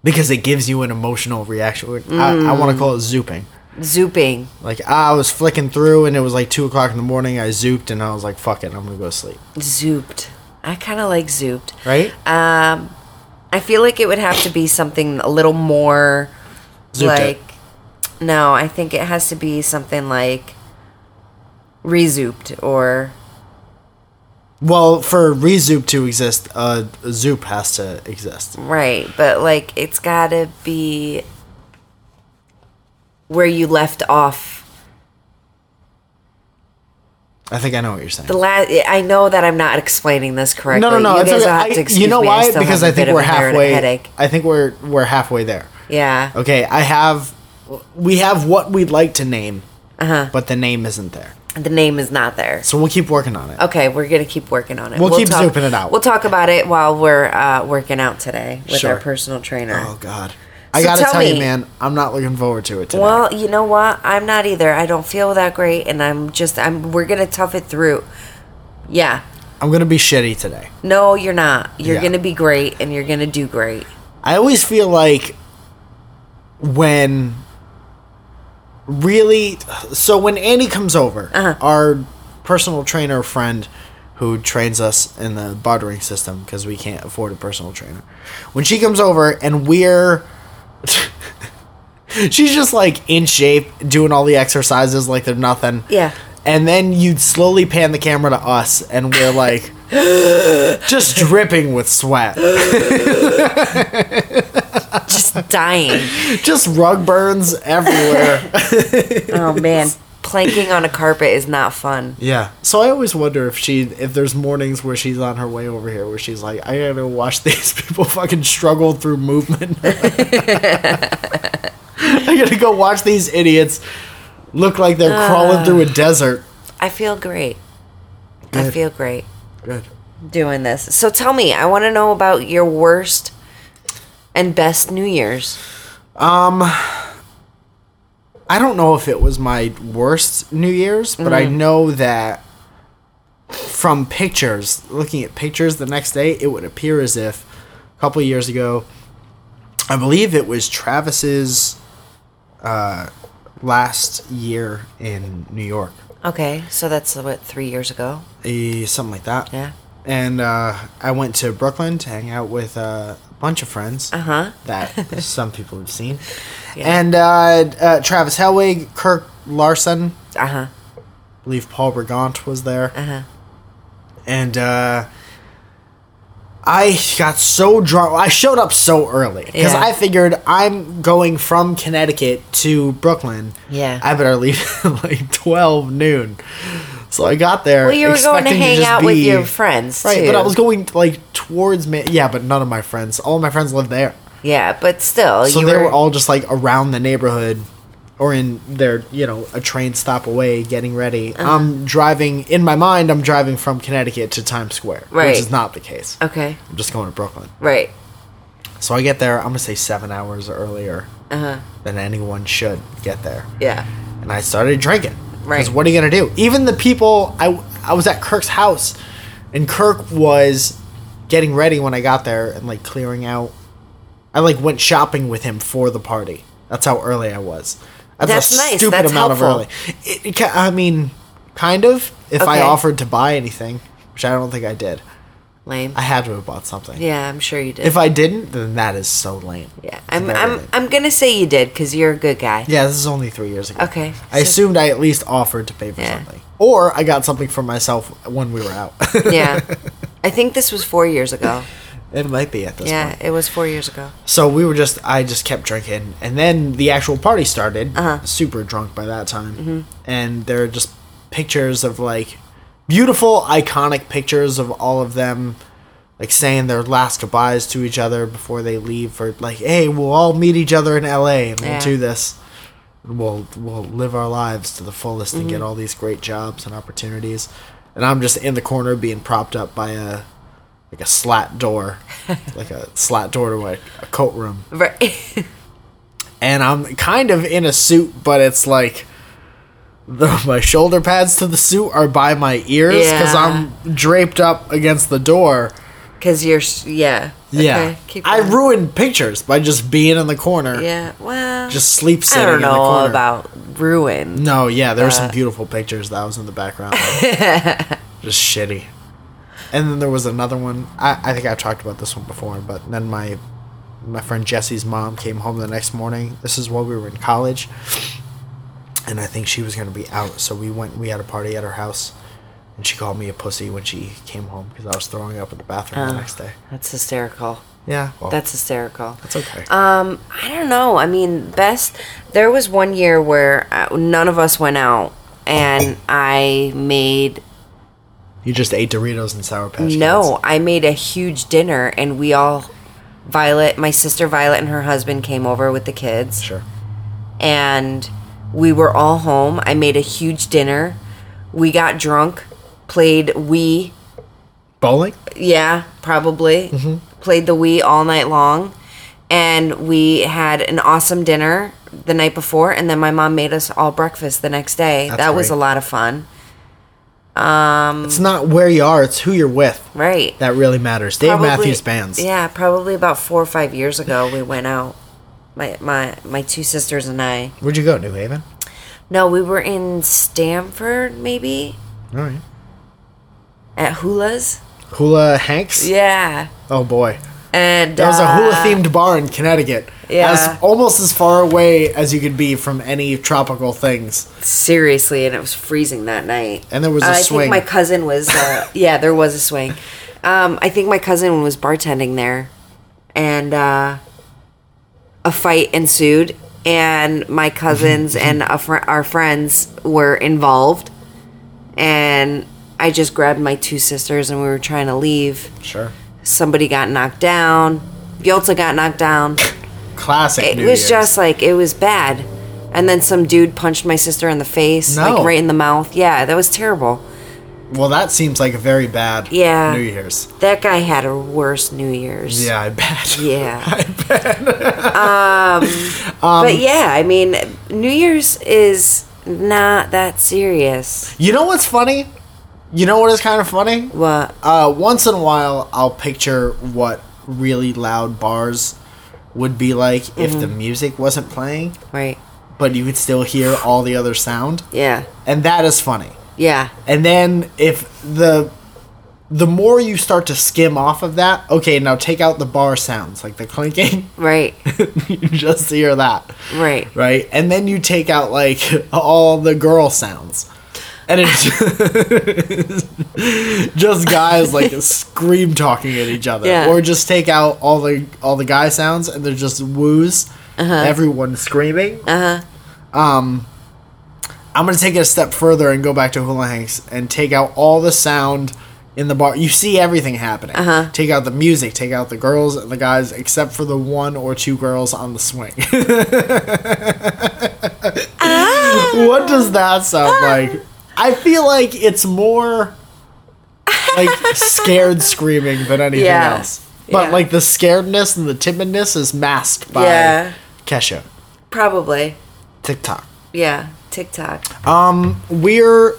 Speaker 2: because it gives you an emotional reaction. I, I
Speaker 1: Mm.
Speaker 2: want to call it zooping.
Speaker 1: Zooping.
Speaker 2: Like I was flicking through and it was like two o'clock in the morning. I zooped and I was like, "Fuck it, I'm gonna go to sleep."
Speaker 1: Zooped. I kind of like zooped.
Speaker 2: Right?
Speaker 1: Um, I feel like it would have to be something a little more
Speaker 2: Zooped it.
Speaker 1: like. No, I think it has to be something like rezooped or
Speaker 2: Well, for Rezoop to exist, uh, Zoop has to exist.
Speaker 1: right, but like it's gotta be where you left off
Speaker 2: I think I know what you're saying.
Speaker 1: The last, I know that I'm not explaining this correctly.
Speaker 2: no, no, no.
Speaker 1: You
Speaker 2: it's
Speaker 1: guys
Speaker 2: okay.
Speaker 1: will
Speaker 2: I-
Speaker 1: have to excuse
Speaker 2: you know
Speaker 1: me.
Speaker 2: why?
Speaker 1: still
Speaker 2: because
Speaker 1: have a
Speaker 2: I think
Speaker 1: bit of
Speaker 2: we're
Speaker 1: a thyroid
Speaker 2: halfway.
Speaker 1: Headache.
Speaker 2: I think we're we're halfway there.
Speaker 1: Yeah.
Speaker 2: Okay, I have we have what we'd like to name,
Speaker 1: Uh-huh.
Speaker 2: but the name isn't there.
Speaker 1: The name is not there.
Speaker 2: So we'll keep working on it.
Speaker 1: Okay, we're gonna keep working on it.
Speaker 2: We'll keep
Speaker 1: talk,
Speaker 2: zooping it out.
Speaker 1: We'll talk about it while we're uh, working out today with
Speaker 2: Sure.
Speaker 1: our personal trainer.
Speaker 2: Oh God, I
Speaker 1: So
Speaker 2: gotta
Speaker 1: tell
Speaker 2: tell, you,
Speaker 1: me-
Speaker 2: man, I'm not looking forward to it today.
Speaker 1: well, you know what? I'm not either. I don't feel that great, and I'm just. I'm. We're gonna tough it through. Yeah.
Speaker 2: I'm gonna be shitty today.
Speaker 1: No, you're not. You're
Speaker 2: Yeah.
Speaker 1: gonna be great, and you're gonna do great.
Speaker 2: I always feel like when really so when Annie comes over,
Speaker 1: Uh-huh.
Speaker 2: our personal trainer friend who trains us in the bartering system because we can't afford a personal trainer. When she comes over and we're she's just like in shape doing all the exercises like they're nothing.
Speaker 1: Yeah.
Speaker 2: And then you slowly pan the camera to us and we're like just dripping with sweat.
Speaker 1: Just dying.
Speaker 2: just rug burns everywhere.
Speaker 1: oh man, planking on a carpet is not fun.
Speaker 2: yeah. So I always wonder if she if there's mornings where she's on her way over here where she's like, I gotta watch these people fucking struggle through movement. I gotta go watch these idiots look like they're crawling through a desert.
Speaker 1: I feel great. I
Speaker 2: Good.
Speaker 1: feel great
Speaker 2: Good.
Speaker 1: doing this. So tell me, I want to know about your worst and best New Year's.
Speaker 2: I don't know if it was my worst New Year's, but
Speaker 1: Mm.
Speaker 2: I know that from pictures, looking at pictures the next day, it would appear as if a couple years ago, I believe it was Travis's uh, last year in New York,
Speaker 1: Okay, so that's what three years ago.
Speaker 2: Eh, something like that.
Speaker 1: Yeah.
Speaker 2: And uh, I went to Brooklyn to hang out with uh, a bunch of friends
Speaker 1: Uh huh.
Speaker 2: that some people have seen,
Speaker 1: Yeah.
Speaker 2: and uh, uh, Travis Helwig, Kirk Larson.
Speaker 1: Uh huh.
Speaker 2: I believe Paul Brigant was there.
Speaker 1: Uh huh.
Speaker 2: And uh, I got so drunk. I showed up so early because
Speaker 1: Yeah.
Speaker 2: I figured I'm going from Connecticut to Brooklyn.
Speaker 1: Yeah.
Speaker 2: I better leave at like 12 noon. So I got there.
Speaker 1: Well, you were going to
Speaker 2: expecting
Speaker 1: hang
Speaker 2: just
Speaker 1: out with
Speaker 2: be-
Speaker 1: your friends,
Speaker 2: Right,
Speaker 1: too.
Speaker 2: but I was going like towards me. Yeah, but none of my friends. All my friends live there.
Speaker 1: yeah, but still,
Speaker 2: So
Speaker 1: you
Speaker 2: they
Speaker 1: were,
Speaker 2: were all just like around the neighborhood or in their, you know, a train stop away getting ready.
Speaker 1: Uh-huh.
Speaker 2: I'm driving, in my mind, I'm driving from Connecticut to Times Square,
Speaker 1: Right. Uh-huh.
Speaker 2: which is not the case.
Speaker 1: okay.
Speaker 2: I'm just going to Brooklyn.
Speaker 1: Right.
Speaker 2: So I get there, I'm going to say seven hours earlier
Speaker 1: Uh huh.
Speaker 2: than anyone should get there.
Speaker 1: Yeah.
Speaker 2: And I started drinking.
Speaker 1: Right.
Speaker 2: what are you going to do? Even the people, I, I was at Kirk's house, and Kirk was getting ready when I got there and like clearing out. I like went shopping with him for the party. That's how early I was. That's,
Speaker 1: That's nice. That's helpful.
Speaker 2: It, it, ca- I mean, kind of. If
Speaker 1: Okay.
Speaker 2: I offered to buy anything, which I don't think I did,
Speaker 1: Lame.
Speaker 2: I had to have bought something.
Speaker 1: yeah, I'm sure you did.
Speaker 2: If I didn't, then that is so lame.
Speaker 1: yeah, I'm.
Speaker 2: very
Speaker 1: I'm.
Speaker 2: lame.
Speaker 1: I'm gonna say you did because you're a good guy.
Speaker 2: Yeah, this is only three years ago.
Speaker 1: Okay,
Speaker 2: I
Speaker 1: so-
Speaker 2: assumed I at least offered to pay for
Speaker 1: Yeah.
Speaker 2: something. Or I got something for myself when we were out.
Speaker 1: Yeah. I think this was four years ago.
Speaker 2: it might be at this
Speaker 1: yeah,
Speaker 2: point.
Speaker 1: it was four years ago.
Speaker 2: So we were just, I just kept drinking. And then the actual party started.
Speaker 1: Uh-huh. Mm-hmm.
Speaker 2: Super drunk by that time. And there are just pictures of like beautiful, iconic pictures of all of them. Like saying their last goodbyes to each other before they leave, for like, hey, we'll all meet each other in LA and we'll
Speaker 1: Yeah.
Speaker 2: do this. we'll we'll live our lives to the fullest and
Speaker 1: Mm-hmm.
Speaker 2: get all these great jobs and opportunities. And I'm just in the corner being propped up by a like a slat door, like a slat door to a, a coat room.
Speaker 1: Right.
Speaker 2: And I'm kind of in a suit, but it's like the, my shoulder pads to the suit are by my ears because
Speaker 1: Yeah.
Speaker 2: I'm draped up against the door.
Speaker 1: Because you're, s- yeah.
Speaker 2: Yeah,
Speaker 1: Okay, keep
Speaker 2: I
Speaker 1: going.
Speaker 2: ruined pictures by just being in the corner,
Speaker 1: Yeah, well.
Speaker 2: just sleep
Speaker 1: I
Speaker 2: sitting
Speaker 1: don't
Speaker 2: in the
Speaker 1: know
Speaker 2: corner.
Speaker 1: about ruin.
Speaker 2: No, yeah, there were some
Speaker 1: But-
Speaker 2: beautiful pictures that was in the background. Just shitty. And then there was another one. I, I think I've talked about this one before, but then my my friend Jesse's mom came home the next morning. This is while we were in college, and I think she was gonna be out. So we went. We had a party at her house, and she called me a pussy when she came home because I was throwing up in the bathroom the
Speaker 1: Oh,
Speaker 2: next day.
Speaker 1: That's hysterical.
Speaker 2: Yeah, well,
Speaker 1: That's hysterical.
Speaker 2: that's okay.
Speaker 1: Um, I don't know. I mean, best. There was one year where uh, none of us went out, and I made
Speaker 2: you just ate Doritos and sour patch. Kids.
Speaker 1: no. I made a huge dinner, and we all, Violet, my sister Violet, and her husband came over with the kids,
Speaker 2: sure.
Speaker 1: and we were all home. I made a huge dinner. We got drunk, played Wii.
Speaker 2: Bowling.
Speaker 1: Yeah, probably.
Speaker 2: Mm-hmm.
Speaker 1: Played the Wii all night long. And we had an awesome dinner the night before. And then my mom made us all breakfast the next day.
Speaker 2: That's
Speaker 1: that was a
Speaker 2: great.
Speaker 1: lot of fun.
Speaker 2: It's not where you are; it's who you're with
Speaker 1: Right.
Speaker 2: that really matters. Dave
Speaker 1: Probably-
Speaker 2: Matthews Bands.
Speaker 1: Yeah, probably about four or five years ago, we went out. My, my, my two sisters and I.
Speaker 2: Where'd you go? New Haven.
Speaker 1: No, we were in Stamford, maybe?
Speaker 2: All right.
Speaker 1: At Hula's?
Speaker 2: Hula Hanks.
Speaker 1: Yeah.
Speaker 2: Oh boy.
Speaker 1: And
Speaker 2: There was a
Speaker 1: uh,
Speaker 2: hula themed bar in Connecticut.
Speaker 1: yeah.
Speaker 2: As, almost as far away as you could be from any tropical things.
Speaker 1: Seriously, and it was freezing that night.
Speaker 2: And there was a
Speaker 1: I think
Speaker 2: swing.
Speaker 1: my cousin was. Uh, yeah, there was a swing. Um, I think my cousin was bartending there, and uh, a fight ensued. And my cousins and a fr- our friends were involved. And I just grabbed my two sisters, and we were trying to leave.
Speaker 2: Sure.
Speaker 1: Somebody got knocked down. Yolta got knocked down.
Speaker 2: Classic.
Speaker 1: It
Speaker 2: New
Speaker 1: was
Speaker 2: Year's.
Speaker 1: just like it was bad. And then some dude punched my sister in the face,
Speaker 2: No.
Speaker 1: like right in the mouth. Yeah, that was terrible.
Speaker 2: Well, that seems like a very bad
Speaker 1: Yeah.
Speaker 2: New Year's.
Speaker 1: That guy had a worse New Year's.
Speaker 2: Yeah, I bet.
Speaker 1: Yeah. Um,
Speaker 2: I bet. Um,
Speaker 1: but yeah, I mean, New Year's is not that serious.
Speaker 2: You know what's funny? You know what is kind of funny?
Speaker 1: What?
Speaker 2: Uh, once in a while, I'll picture what really loud bars would be like if
Speaker 1: Mm-hmm.
Speaker 2: the music wasn't playing,
Speaker 1: Right.
Speaker 2: but you could still hear all the other sound.
Speaker 1: Yeah.
Speaker 2: And that is funny.
Speaker 1: Yeah.
Speaker 2: and then if the the more you start to skim off of that okay now take out the bar sounds like the clinking
Speaker 1: Right.
Speaker 2: you just hear that
Speaker 1: Right.
Speaker 2: right and then you take out like all the girl sounds and it's just, just guys like scream talking at each other
Speaker 1: Yeah.
Speaker 2: or just take out all the all the guy sounds and they're just woos everyone screaming
Speaker 1: Uh huh.
Speaker 2: I'm gonna take it a step further and go back to Hula Hanks and take out all the sound in the bar. You see everything happening. Uh-huh. Take out the music, take out the girls and the guys, except for the one or two girls on the swing.
Speaker 1: Ah.
Speaker 2: What does that sound like? I feel like it's more like scared screaming than anything
Speaker 1: Yeah.
Speaker 2: else. But
Speaker 1: Yeah.
Speaker 2: like the scaredness and the timidness is masked by
Speaker 1: Yeah.
Speaker 2: Kesha.
Speaker 1: Probably.
Speaker 2: TikTok.
Speaker 1: Yeah. TikTok.
Speaker 2: Um, we're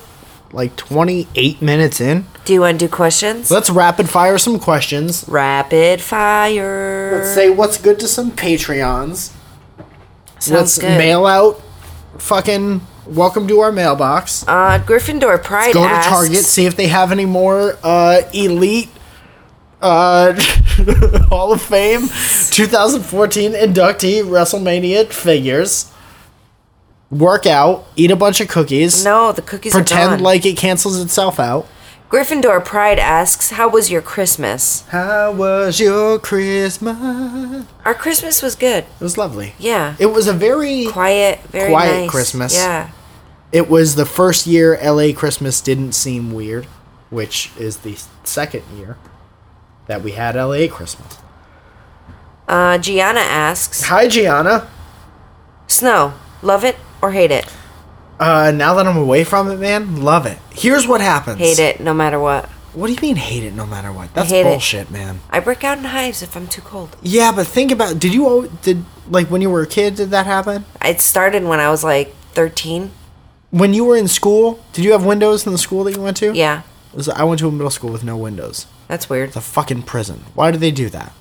Speaker 2: like 28 minutes in.
Speaker 1: Do you want to do questions?
Speaker 2: Let's rapid fire some questions.
Speaker 1: Rapid fire.
Speaker 2: Let's say what's good to some Patreons.
Speaker 1: Sounds
Speaker 2: Let's
Speaker 1: good.
Speaker 2: mail out fucking welcome to our mailbox.
Speaker 1: Uh, Gryffindor Pride
Speaker 2: Go
Speaker 1: asks,
Speaker 2: to Target, see if they have any more uh, elite uh, Hall of Fame 2014 inductee WrestleMania figures. Work out, eat a bunch of cookies,
Speaker 1: No, the cookies are
Speaker 2: pretend
Speaker 1: gone.
Speaker 2: like it cancels itself out.
Speaker 1: Gryffindor Pride asks, "How was your Christmas?"
Speaker 2: How was your Christmas?
Speaker 1: Our Christmas was good.
Speaker 2: It was lovely.
Speaker 1: Yeah.
Speaker 2: It was a very.
Speaker 1: quiet, very
Speaker 2: Quiet
Speaker 1: nice.
Speaker 2: Christmas.
Speaker 1: Yeah.
Speaker 2: It was the first year LA Christmas didn't seem weird, which is the second year that we had LA Christmas.
Speaker 1: Uh, Gianna asks,
Speaker 2: Hi, Gianna.
Speaker 1: "Snow, love it or hate it?
Speaker 2: Uh, now that I'm away from it, man, love it. Here's what happens.
Speaker 1: Hate it, no matter what.
Speaker 2: What do you mean hate it no matter what? That's
Speaker 1: hate it.
Speaker 2: bullshit, man.
Speaker 1: I break out in hives if I'm too cold.
Speaker 2: Yeah, but think about did you al- did like when you were a kid did that happen?
Speaker 1: It started when I was like 13.
Speaker 2: When you were in school, did you have windows in the school that you went to?
Speaker 1: Yeah,
Speaker 2: It was- I went to a middle school with no windows.
Speaker 1: that's weird.
Speaker 2: It's a fucking prison. Why do they do that?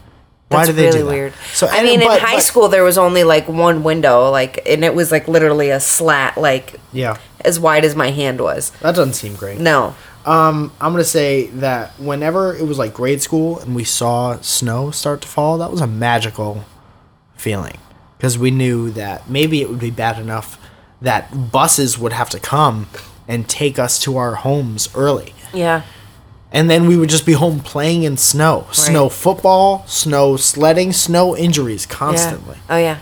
Speaker 2: Why
Speaker 1: That's
Speaker 2: do they
Speaker 1: really
Speaker 2: do that?
Speaker 1: weird.
Speaker 2: So
Speaker 1: I
Speaker 2: and-
Speaker 1: mean,
Speaker 2: but-
Speaker 1: in high
Speaker 2: but-
Speaker 1: school there was only like one window, like, and it was like literally a slat, like
Speaker 2: Yeah,
Speaker 1: as wide as my hand was.
Speaker 2: that doesn't seem great.
Speaker 1: No,
Speaker 2: Um, I'm gonna say that whenever it was like grade school and we saw snow start to fall, that was a magical feeling because we knew that maybe it would be bad enough that buses would have to come and take us to our homes early
Speaker 1: Yeah.
Speaker 2: and then we would just be home playing in snow snow football snow sledding snow injuries constantly
Speaker 1: Yeah. Oh yeah.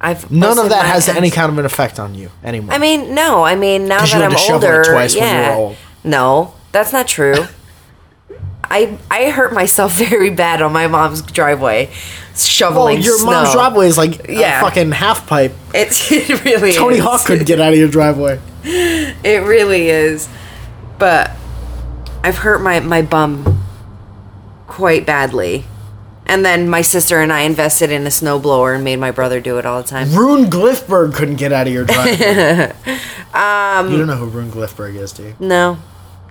Speaker 1: I've
Speaker 2: none
Speaker 1: posted
Speaker 2: of that
Speaker 1: my
Speaker 2: has any
Speaker 1: ass-
Speaker 2: kind of an effect on you anymore
Speaker 1: I mean, no. I mean, now
Speaker 2: 'Cause
Speaker 1: that
Speaker 2: you had
Speaker 1: I'm
Speaker 2: to shovel it
Speaker 1: older,
Speaker 2: twice when you
Speaker 1: yeah.
Speaker 2: were old.
Speaker 1: No, that's not true. I I hurt myself very bad on my mom's driveway,
Speaker 2: well,
Speaker 1: shoveling
Speaker 2: Oh, your
Speaker 1: snow.
Speaker 2: mom's driveway is like
Speaker 1: Yeah.
Speaker 2: a fucking half pipe
Speaker 1: It's it really
Speaker 2: tony
Speaker 1: is.
Speaker 2: hawk couldn't get out of your driveway
Speaker 1: It really is. But I've hurt my, my bum quite badly. And then my sister and I invested in a snowblower and made my brother do it all the time.
Speaker 2: rune glifberg couldn't get out of your driveway um you don't know who rune glifberg is do you
Speaker 1: No.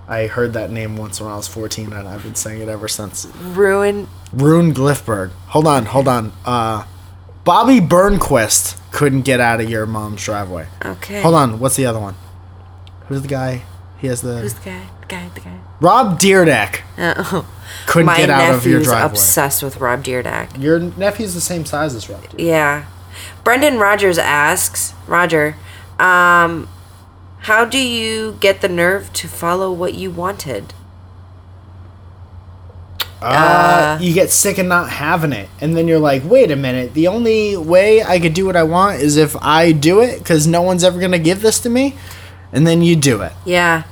Speaker 2: i heard that name once when i was 14 and i've been saying it ever since
Speaker 1: Ruin
Speaker 2: Rune Glifberg. Hold on, hold on. Uh, Bobby Burnquist couldn't get out of your mom's driveway.
Speaker 1: Okay.
Speaker 2: Hold on, what's the other one? Who's the guy? He has the
Speaker 1: Who's the guy? The guy, the guy.
Speaker 2: Rob Deerdeck
Speaker 1: Oh.
Speaker 2: couldn't
Speaker 1: My
Speaker 2: get out of your
Speaker 1: nephew's
Speaker 2: driveway.
Speaker 1: obsessed with Rob Deerdack.
Speaker 2: Your nephew's the same size as Rob. Deerdack.
Speaker 1: Yeah. Brendan Rogers asks, Roger, um, how do you get the nerve to follow what you wanted?
Speaker 2: Uh, you get sick of not having it, and then you're like, wait a minute. The only way I could do what I want is if I do it, because no one's ever gonna give this to me. And then you do it.
Speaker 1: Yeah.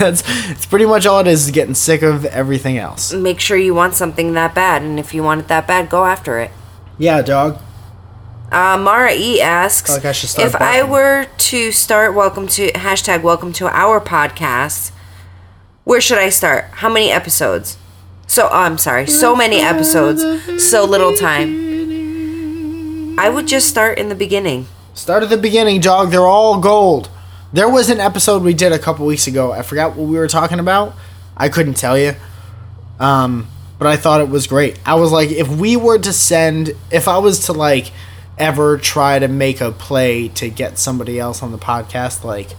Speaker 2: That's it's pretty much all it is. is Getting sick of everything else.
Speaker 1: make sure you want something that bad, and if you want it that bad, go after it.
Speaker 2: Yeah, dog.
Speaker 1: Uh, Mara E asks
Speaker 2: Feel like Oh, I should start
Speaker 1: if I
Speaker 2: barking.
Speaker 1: were to start welcome to hashtag welcome to our podcast, where should I start? How many episodes? So oh, I'm sorry, so many episodes, so little time. I would just start in the beginning.
Speaker 2: Start at the beginning, dog. They're all gold. There was an episode we did a couple weeks ago. I forgot what we were talking about. I couldn't tell you. Um, but I thought it was great. I was like, if we were to send, if I was to like ever try to make a play to get somebody else on the podcast, like,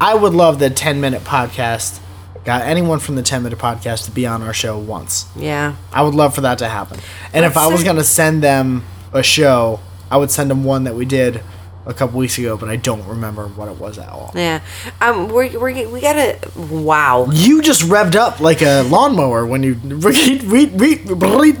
Speaker 2: I would love the 10 minute podcast. Got anyone from the 10 minute podcast to be on our show once.
Speaker 1: Yeah,
Speaker 2: I would love for that to happen. And if
Speaker 1: Let's
Speaker 2: I was
Speaker 1: see.
Speaker 2: going to send them a show, I would send them one that we did a couple weeks ago, but I don't remember what it was at all.
Speaker 1: yeah. Um, we're, we're we gotta wow.
Speaker 2: You just revved up like a lawnmower when you. Read, read, read, read, read.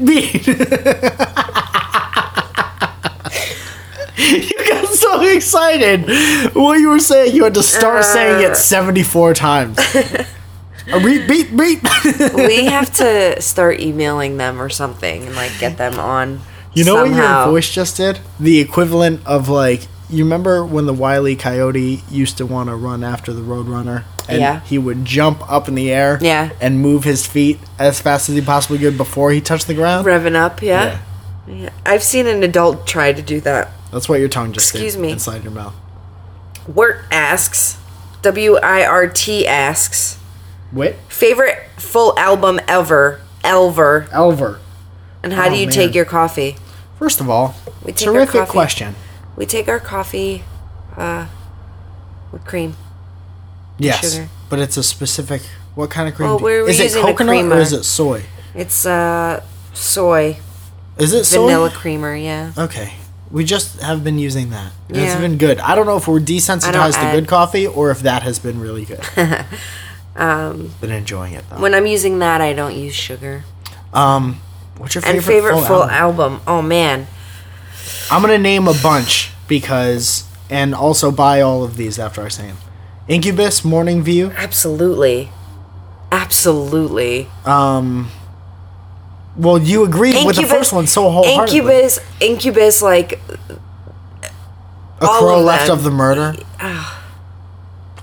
Speaker 2: you got so excited. What you were saying, you had to start saying it 74 times. A read, beat, beat.
Speaker 1: we have to start emailing them or something and like get them on.
Speaker 2: You know what
Speaker 1: somehow.
Speaker 2: your voice just did? The equivalent of like you remember when the wily coyote used to want to run after the roadrunner and
Speaker 1: Yeah.
Speaker 2: he would jump up in the air
Speaker 1: Yeah.
Speaker 2: and move his feet as fast as he possibly could before he touched the ground?
Speaker 1: revving up. Yeah. yeah. I've seen an adult try to do that.
Speaker 2: That's what your tongue just
Speaker 1: Excuse
Speaker 2: did
Speaker 1: me.
Speaker 2: inside your mouth.
Speaker 1: Wirt asks, W I R T asks,
Speaker 2: Wait,
Speaker 1: favorite full album ever, Elver,
Speaker 2: Elver.
Speaker 1: and how do
Speaker 2: Oh,
Speaker 1: you
Speaker 2: man.
Speaker 1: take your coffee?
Speaker 2: First of all,
Speaker 1: We take our
Speaker 2: terrific
Speaker 1: coffee.
Speaker 2: question.
Speaker 1: We take our coffee uh, with cream.
Speaker 2: Yes,
Speaker 1: Sugar.
Speaker 2: but it's a specific what kind of cream?
Speaker 1: Well,
Speaker 2: do-
Speaker 1: we're- we're
Speaker 2: is it
Speaker 1: using a
Speaker 2: coconut
Speaker 1: creamer.
Speaker 2: or is it soy?
Speaker 1: It's uh, soy,
Speaker 2: Is it soy?
Speaker 1: vanilla creamer, yeah.
Speaker 2: Okay. We just have been using that. and
Speaker 1: Yeah.
Speaker 2: It's been good. I don't know if we're desensitized to
Speaker 1: add-
Speaker 2: good coffee or if that has been really good. um,
Speaker 1: Um,
Speaker 2: been enjoying it though.
Speaker 1: When I'm using that, I don't use sugar.
Speaker 2: Um, what's your favorite,
Speaker 1: and favorite
Speaker 2: full,
Speaker 1: full,
Speaker 2: album?
Speaker 1: album? Oh man,
Speaker 2: I'm gonna name a bunch because, and also buy all of these after I say them. Incubus, Morning View.
Speaker 1: absolutely, absolutely.
Speaker 2: Um, well, you agreed with the first one so wholeheartedly.
Speaker 1: Incubus, Incubus, like
Speaker 2: A
Speaker 1: all
Speaker 2: Crow
Speaker 1: of
Speaker 2: Left
Speaker 1: them. Ah.
Speaker 2: of the Murder.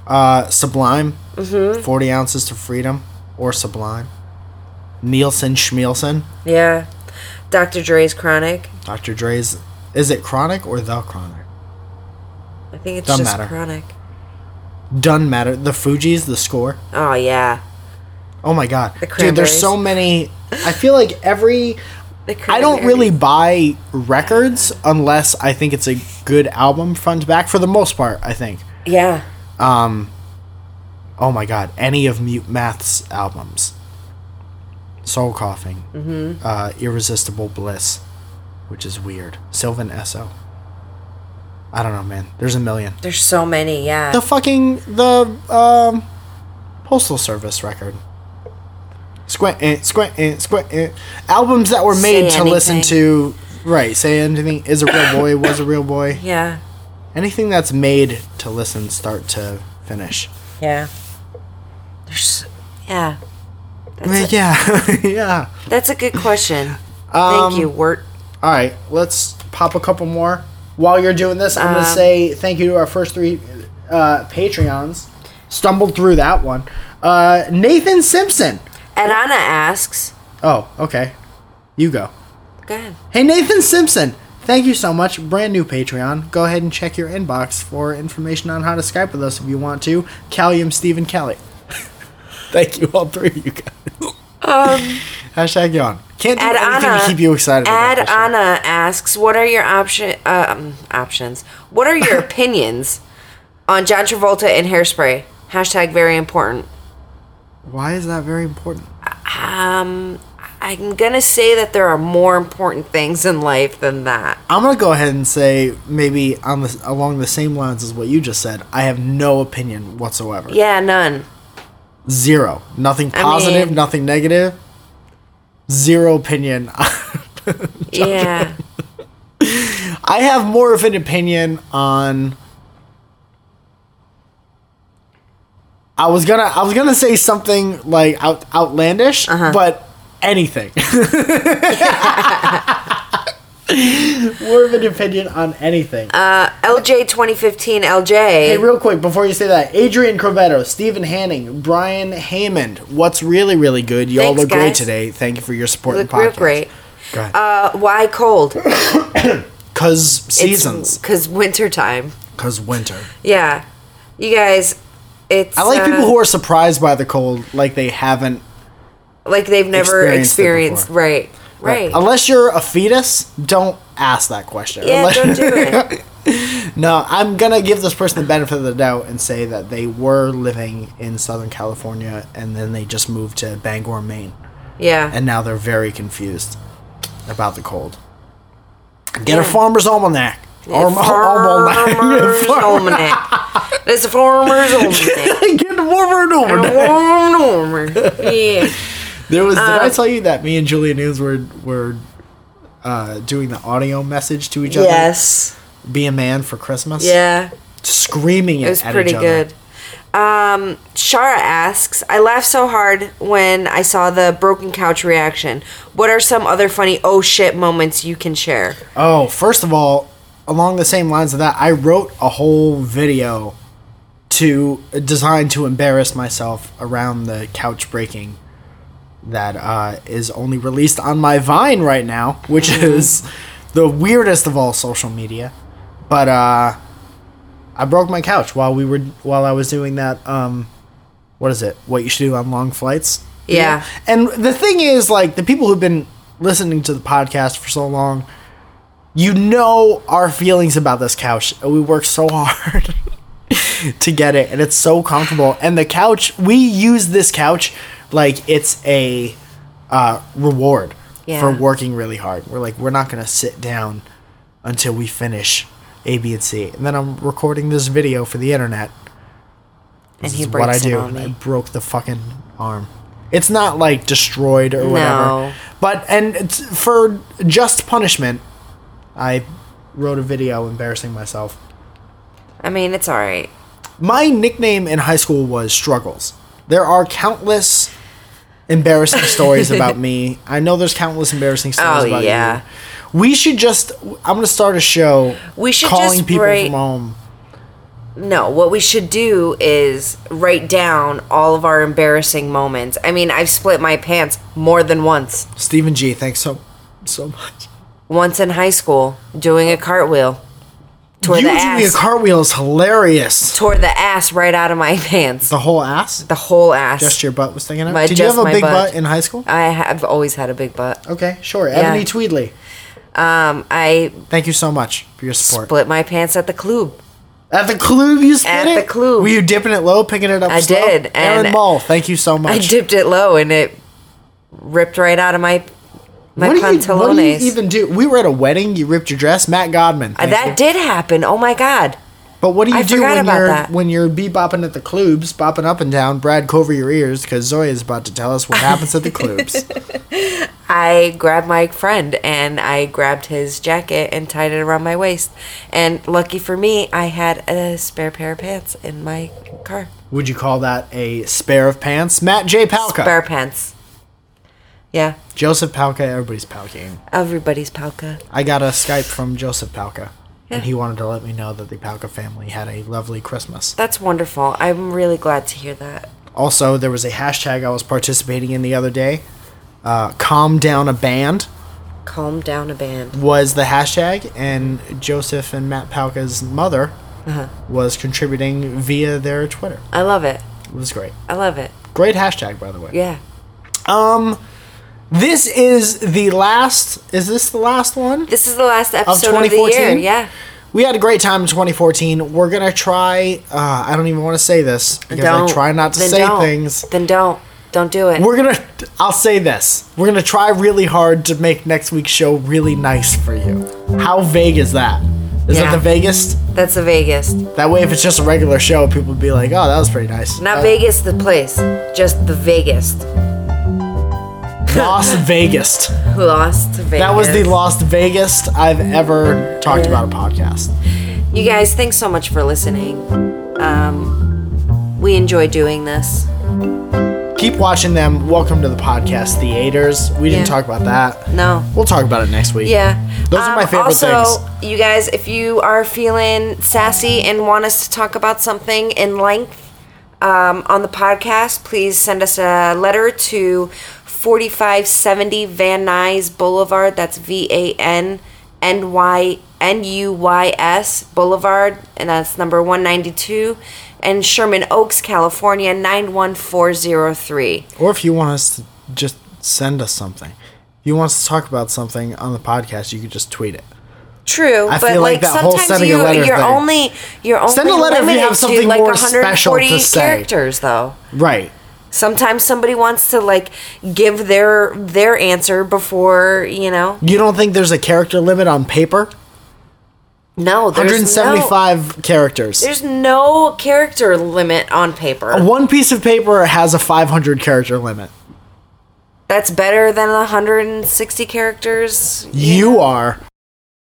Speaker 2: Uh, Sublime.
Speaker 1: Mm-hmm.
Speaker 2: 40 Ounces to Freedom or Sublime. Nielsen Schmielsen.
Speaker 1: yeah, Dr. Dre's Chronic.
Speaker 2: Dr. Dre's. Is it Chronic or The Chronic?
Speaker 1: I think it's
Speaker 2: Doesn't
Speaker 1: just
Speaker 2: matter.
Speaker 1: Chronic.
Speaker 2: Doesn't matter. The Fugees, the score.
Speaker 1: Oh yeah,
Speaker 2: Oh my god.
Speaker 1: The
Speaker 2: Dude, there's
Speaker 1: Cranberries.
Speaker 2: so many. I feel like every.
Speaker 1: the
Speaker 2: I don't really buy records unless I think it's a good album front to back for the most part, I think.
Speaker 1: Yeah,
Speaker 2: Oh my god, any of Mute Math's albums. Soul Coughing, mm-hmm. uh, Irresistible Bliss, which is weird. Sylvan Esso. I don't know, man. There's a million.
Speaker 1: There's so many, yeah.
Speaker 2: The fucking the um, postal service record. Squint, eh, squint, eh, squint. Eh. Albums that were made
Speaker 1: Say
Speaker 2: to listen
Speaker 1: Anything.
Speaker 2: to. Right, say anything. Is a real boy. Was a real boy.
Speaker 1: yeah.
Speaker 2: Anything that's made to listen, start to finish.
Speaker 1: Yeah. There's yeah. That's,
Speaker 2: Eh,
Speaker 1: a,
Speaker 2: yeah, yeah.
Speaker 1: that's a good question.
Speaker 2: Um,
Speaker 1: Thank you, Wirt.
Speaker 2: All right, let's pop a couple more. While you're doing this, I'm gonna
Speaker 1: Um,
Speaker 2: say thank you to our first three uh, Patreons. Stumbled through that one. Uh, Nathan Simpson.
Speaker 1: And Anna asks,
Speaker 2: Oh, okay. You go.
Speaker 1: go ahead.
Speaker 2: Hey, Nathan Simpson. Thank you so much. Brand new Patreon. Go ahead and check your inbox for information on how to Skype with us if you want to. Callium Stephen Kelly. thank you all three of you guys.
Speaker 1: Um,
Speaker 2: Hashtag yawn. Can't do
Speaker 1: Ed
Speaker 2: anything
Speaker 1: Anna,
Speaker 2: to keep you excited. about
Speaker 1: Ed
Speaker 2: this show.
Speaker 1: Anna asks, "What are your option um, options? What are your opinions on John Travolta and Hairspray?" Hashtag very important.
Speaker 2: Why is that very important?
Speaker 1: Um, I'm gonna say that there are more important things in life than that.
Speaker 2: I'm gonna go ahead and say maybe on the, along the same lines as what you just said. I have no opinion whatsoever.
Speaker 1: Yeah, none.
Speaker 2: Zero. Nothing
Speaker 1: I
Speaker 2: positive.
Speaker 1: mean-
Speaker 2: nothing negative. Zero opinion.
Speaker 1: Yeah,
Speaker 2: I have more of an opinion on. I was gonna I was gonna say something like out, outlandish,
Speaker 1: Uh-huh.
Speaker 2: but anything. more of an opinion on anything.
Speaker 1: Uh, LJ 2015 LJ.
Speaker 2: Hey, real quick before you say that, Adrian Corvetto, Stephen Hanning, Brian Hammond. What's really, really good? Y'all
Speaker 1: Thanks,
Speaker 2: look great
Speaker 1: guys.
Speaker 2: today. Thank you for your support.
Speaker 1: You
Speaker 2: and
Speaker 1: look real
Speaker 2: podcast.
Speaker 1: great.
Speaker 2: Go ahead.
Speaker 1: Uh, why cold?
Speaker 2: cause seasons.
Speaker 1: Because wintertime.
Speaker 2: Cause winter.
Speaker 1: Yeah. You guys, it's.
Speaker 2: I like
Speaker 1: uh,
Speaker 2: people who are surprised by the cold, like they haven't.
Speaker 1: Like they've never experienced.
Speaker 2: experienced it before.
Speaker 1: right. Right.
Speaker 2: Unless you're a fetus, don't ask that question.
Speaker 1: yeah,
Speaker 2: Unless-
Speaker 1: don't do it.
Speaker 2: no, I'm gonna give this person the benefit of the doubt and say that they were living in Southern California and then they just moved to Bangor, Maine.
Speaker 1: Yeah.
Speaker 2: and now they're very confused about the cold. Get a farmer's almanac. Or almanac.
Speaker 1: farmer's almanac. It's a farmer's almanac.
Speaker 2: Get a farmer's almanac.
Speaker 1: Farmer's almanac. yeah.
Speaker 2: There was. Did
Speaker 1: Um,
Speaker 2: I tell you that me and Julia Nunes were were uh, doing the audio message to each other?
Speaker 1: Yes.
Speaker 2: Be a man for Christmas.
Speaker 1: Yeah.
Speaker 2: Screaming it.
Speaker 1: It was
Speaker 2: at
Speaker 1: pretty
Speaker 2: each other.
Speaker 1: good. Um, Shara asks, I laughed so hard when I saw the broken couch reaction. What are some other funny oh shit moments you can share?
Speaker 2: Oh, first of all, along the same lines of that, I wrote a whole video to designed to embarrass myself around the couch breaking that uh, is only released on my Vine right now, which
Speaker 1: Mm-hmm.
Speaker 2: is the weirdest of all social media. But uh, I broke my couch while we were while I was doing that. Um, what is it? What you should do on long flights?
Speaker 1: Yeah.
Speaker 2: And the thing is, like, the people who've been listening to the podcast for so long, you know our feelings about this couch. We worked so hard to get it, and it's so comfortable. And the couch, we use this couch like it's a uh, reward
Speaker 1: Yeah.
Speaker 2: for working really hard. We're like, we're not going to sit down until we finish A, B, and C. And then I'm recording this video for the internet
Speaker 1: And
Speaker 2: is what I
Speaker 1: breaks it
Speaker 2: do.
Speaker 1: on
Speaker 2: I
Speaker 1: me.
Speaker 2: broke the fucking arm. It's not like destroyed or whatever.
Speaker 1: No.
Speaker 2: But and it's for just punishment, I wrote a video embarrassing myself.
Speaker 1: I mean, it's all right.
Speaker 2: My nickname in high school was Struggles. There are countless embarrassing stories about me. I know there's countless embarrassing stories
Speaker 1: Oh,
Speaker 2: about
Speaker 1: yeah.
Speaker 2: you. We should just I'm going to start a show
Speaker 1: We should
Speaker 2: calling
Speaker 1: just
Speaker 2: people
Speaker 1: write-
Speaker 2: from home.
Speaker 1: No, what we should do is write down all of our embarrassing moments. I mean, I've split my pants more than once.
Speaker 2: Stephen G, thanks so so much.
Speaker 1: Once in high school, doing a cartwheel. Tore
Speaker 2: you
Speaker 1: the
Speaker 2: doing
Speaker 1: ass.
Speaker 2: a cartwheel is hilarious.
Speaker 1: tore the ass right out of my pants.
Speaker 2: The whole ass?
Speaker 1: The whole ass.
Speaker 2: Just your butt was sticking out?
Speaker 1: My-
Speaker 2: Did you
Speaker 1: just
Speaker 2: have a
Speaker 1: my
Speaker 2: big
Speaker 1: butt.
Speaker 2: butt. in high school?
Speaker 1: I have always had a big butt.
Speaker 2: Okay, sure. Ebony Tweedley,
Speaker 1: Um, I
Speaker 2: thank you so much for your support.
Speaker 1: split my pants at the club.
Speaker 2: At the clue you spit
Speaker 1: At
Speaker 2: it?
Speaker 1: the Kloob.
Speaker 2: Were you dipping it low, picking it up
Speaker 1: I
Speaker 2: slow?
Speaker 1: did,
Speaker 2: Aaron
Speaker 1: and
Speaker 2: Ball, thank you so much.
Speaker 1: I dipped it low and it ripped right out of my my
Speaker 2: what do, you, what do
Speaker 1: pantalones.
Speaker 2: you even do? We were at a wedding. You ripped your dress, Matt Godman.
Speaker 1: Uh,
Speaker 2: thank you.
Speaker 1: that did happen. Oh my god.
Speaker 2: But what do you
Speaker 1: I
Speaker 2: do
Speaker 1: forgot
Speaker 2: when
Speaker 1: about
Speaker 2: you're
Speaker 1: that.
Speaker 2: when you're bebopping at the clubs, bopping up and down? Brad, cover your ears because Zoe is about to tell us what happens at the clubs.
Speaker 1: I grabbed my friend and I grabbed his jacket and tied it around my waist. And lucky for me, I had a spare pair of pants in my car.
Speaker 2: Would you call that a spare of pants? Matt J. Palka,
Speaker 1: Spare pants. Yeah,
Speaker 2: Joseph Palka, everybody's palking.
Speaker 1: everybody's palka.
Speaker 2: I got a Skype from Joseph Palka,
Speaker 1: Yeah.
Speaker 2: and he wanted to let me know that the Palka family had a lovely Christmas.
Speaker 1: That's wonderful. I'm really glad to hear that.
Speaker 2: Also, there was a hashtag I was participating in the other day. Uh, calm down a band
Speaker 1: Calm down a band.
Speaker 2: was the hashtag, and Joseph and Matt Palka's mother was contributing via their Twitter.
Speaker 1: I love it.
Speaker 2: It was great.
Speaker 1: I love it.
Speaker 2: Great hashtag, by the way. Um,
Speaker 1: Yeah.
Speaker 2: This is the last. Is this the last one?
Speaker 1: This is the last episode of, the
Speaker 2: 2014?
Speaker 1: year. Yeah.
Speaker 2: We had a great time in 2014. We're gonna try. Uh, I don't even want to say this because I try not to
Speaker 1: then
Speaker 2: say
Speaker 1: don't.
Speaker 2: things.
Speaker 1: Then don't. Don't do it.
Speaker 2: We're gonna. I'll say this. We're gonna try really hard to make next week's show really nice for you. How vague is that? Is that
Speaker 1: Yeah.
Speaker 2: the vaguest?
Speaker 1: That's the Vegas.
Speaker 2: That way, if it's just a regular show, people would be like, "Oh, that was pretty nice."
Speaker 1: Not
Speaker 2: Uh,
Speaker 1: Vegas, the place. Just the Vegas.
Speaker 2: Las Vegas.
Speaker 1: Lost Vegas.
Speaker 2: That was the Las Vegas I've ever talked about a podcast.
Speaker 1: You guys, thanks so much for listening. Um, we enjoy doing this.
Speaker 2: Keep watching them. Welcome to the podcast theaters. We didn't
Speaker 1: Yeah.
Speaker 2: talk about that.
Speaker 1: No.
Speaker 2: We'll talk about it next week.
Speaker 1: Yeah. Um,
Speaker 2: Those are my favorite
Speaker 1: also, you guys, if you are feeling sassy and want us to talk about something in length um, on the podcast, please send us a letter to 4570 Van Nuys Boulevard. That's V A N N Y N U Y S Boulevard, and that's number 192. And Sherman Oaks, California, 91403.
Speaker 2: Or if you want us to just send us something. If you want us to talk about something on the podcast, you could just tweet it.
Speaker 1: True,
Speaker 2: I
Speaker 1: but
Speaker 2: feel like
Speaker 1: like,
Speaker 2: that whole
Speaker 1: sometimes
Speaker 2: sending a
Speaker 1: you
Speaker 2: letter
Speaker 1: you're
Speaker 2: thing.
Speaker 1: only you're only
Speaker 2: Send a letter if you
Speaker 1: limited
Speaker 2: have something
Speaker 1: to like
Speaker 2: more
Speaker 1: 140
Speaker 2: special to say.
Speaker 1: characters though.
Speaker 2: Right.
Speaker 1: Sometimes somebody wants to like give their their answer before you know.
Speaker 2: You don't think there's a character limit on paper?
Speaker 1: No, there's
Speaker 2: 175 characters.
Speaker 1: No, there's no character limit on paper.
Speaker 2: One piece of paper has a 500 character limit.
Speaker 1: That's better than 160 characters.
Speaker 2: You are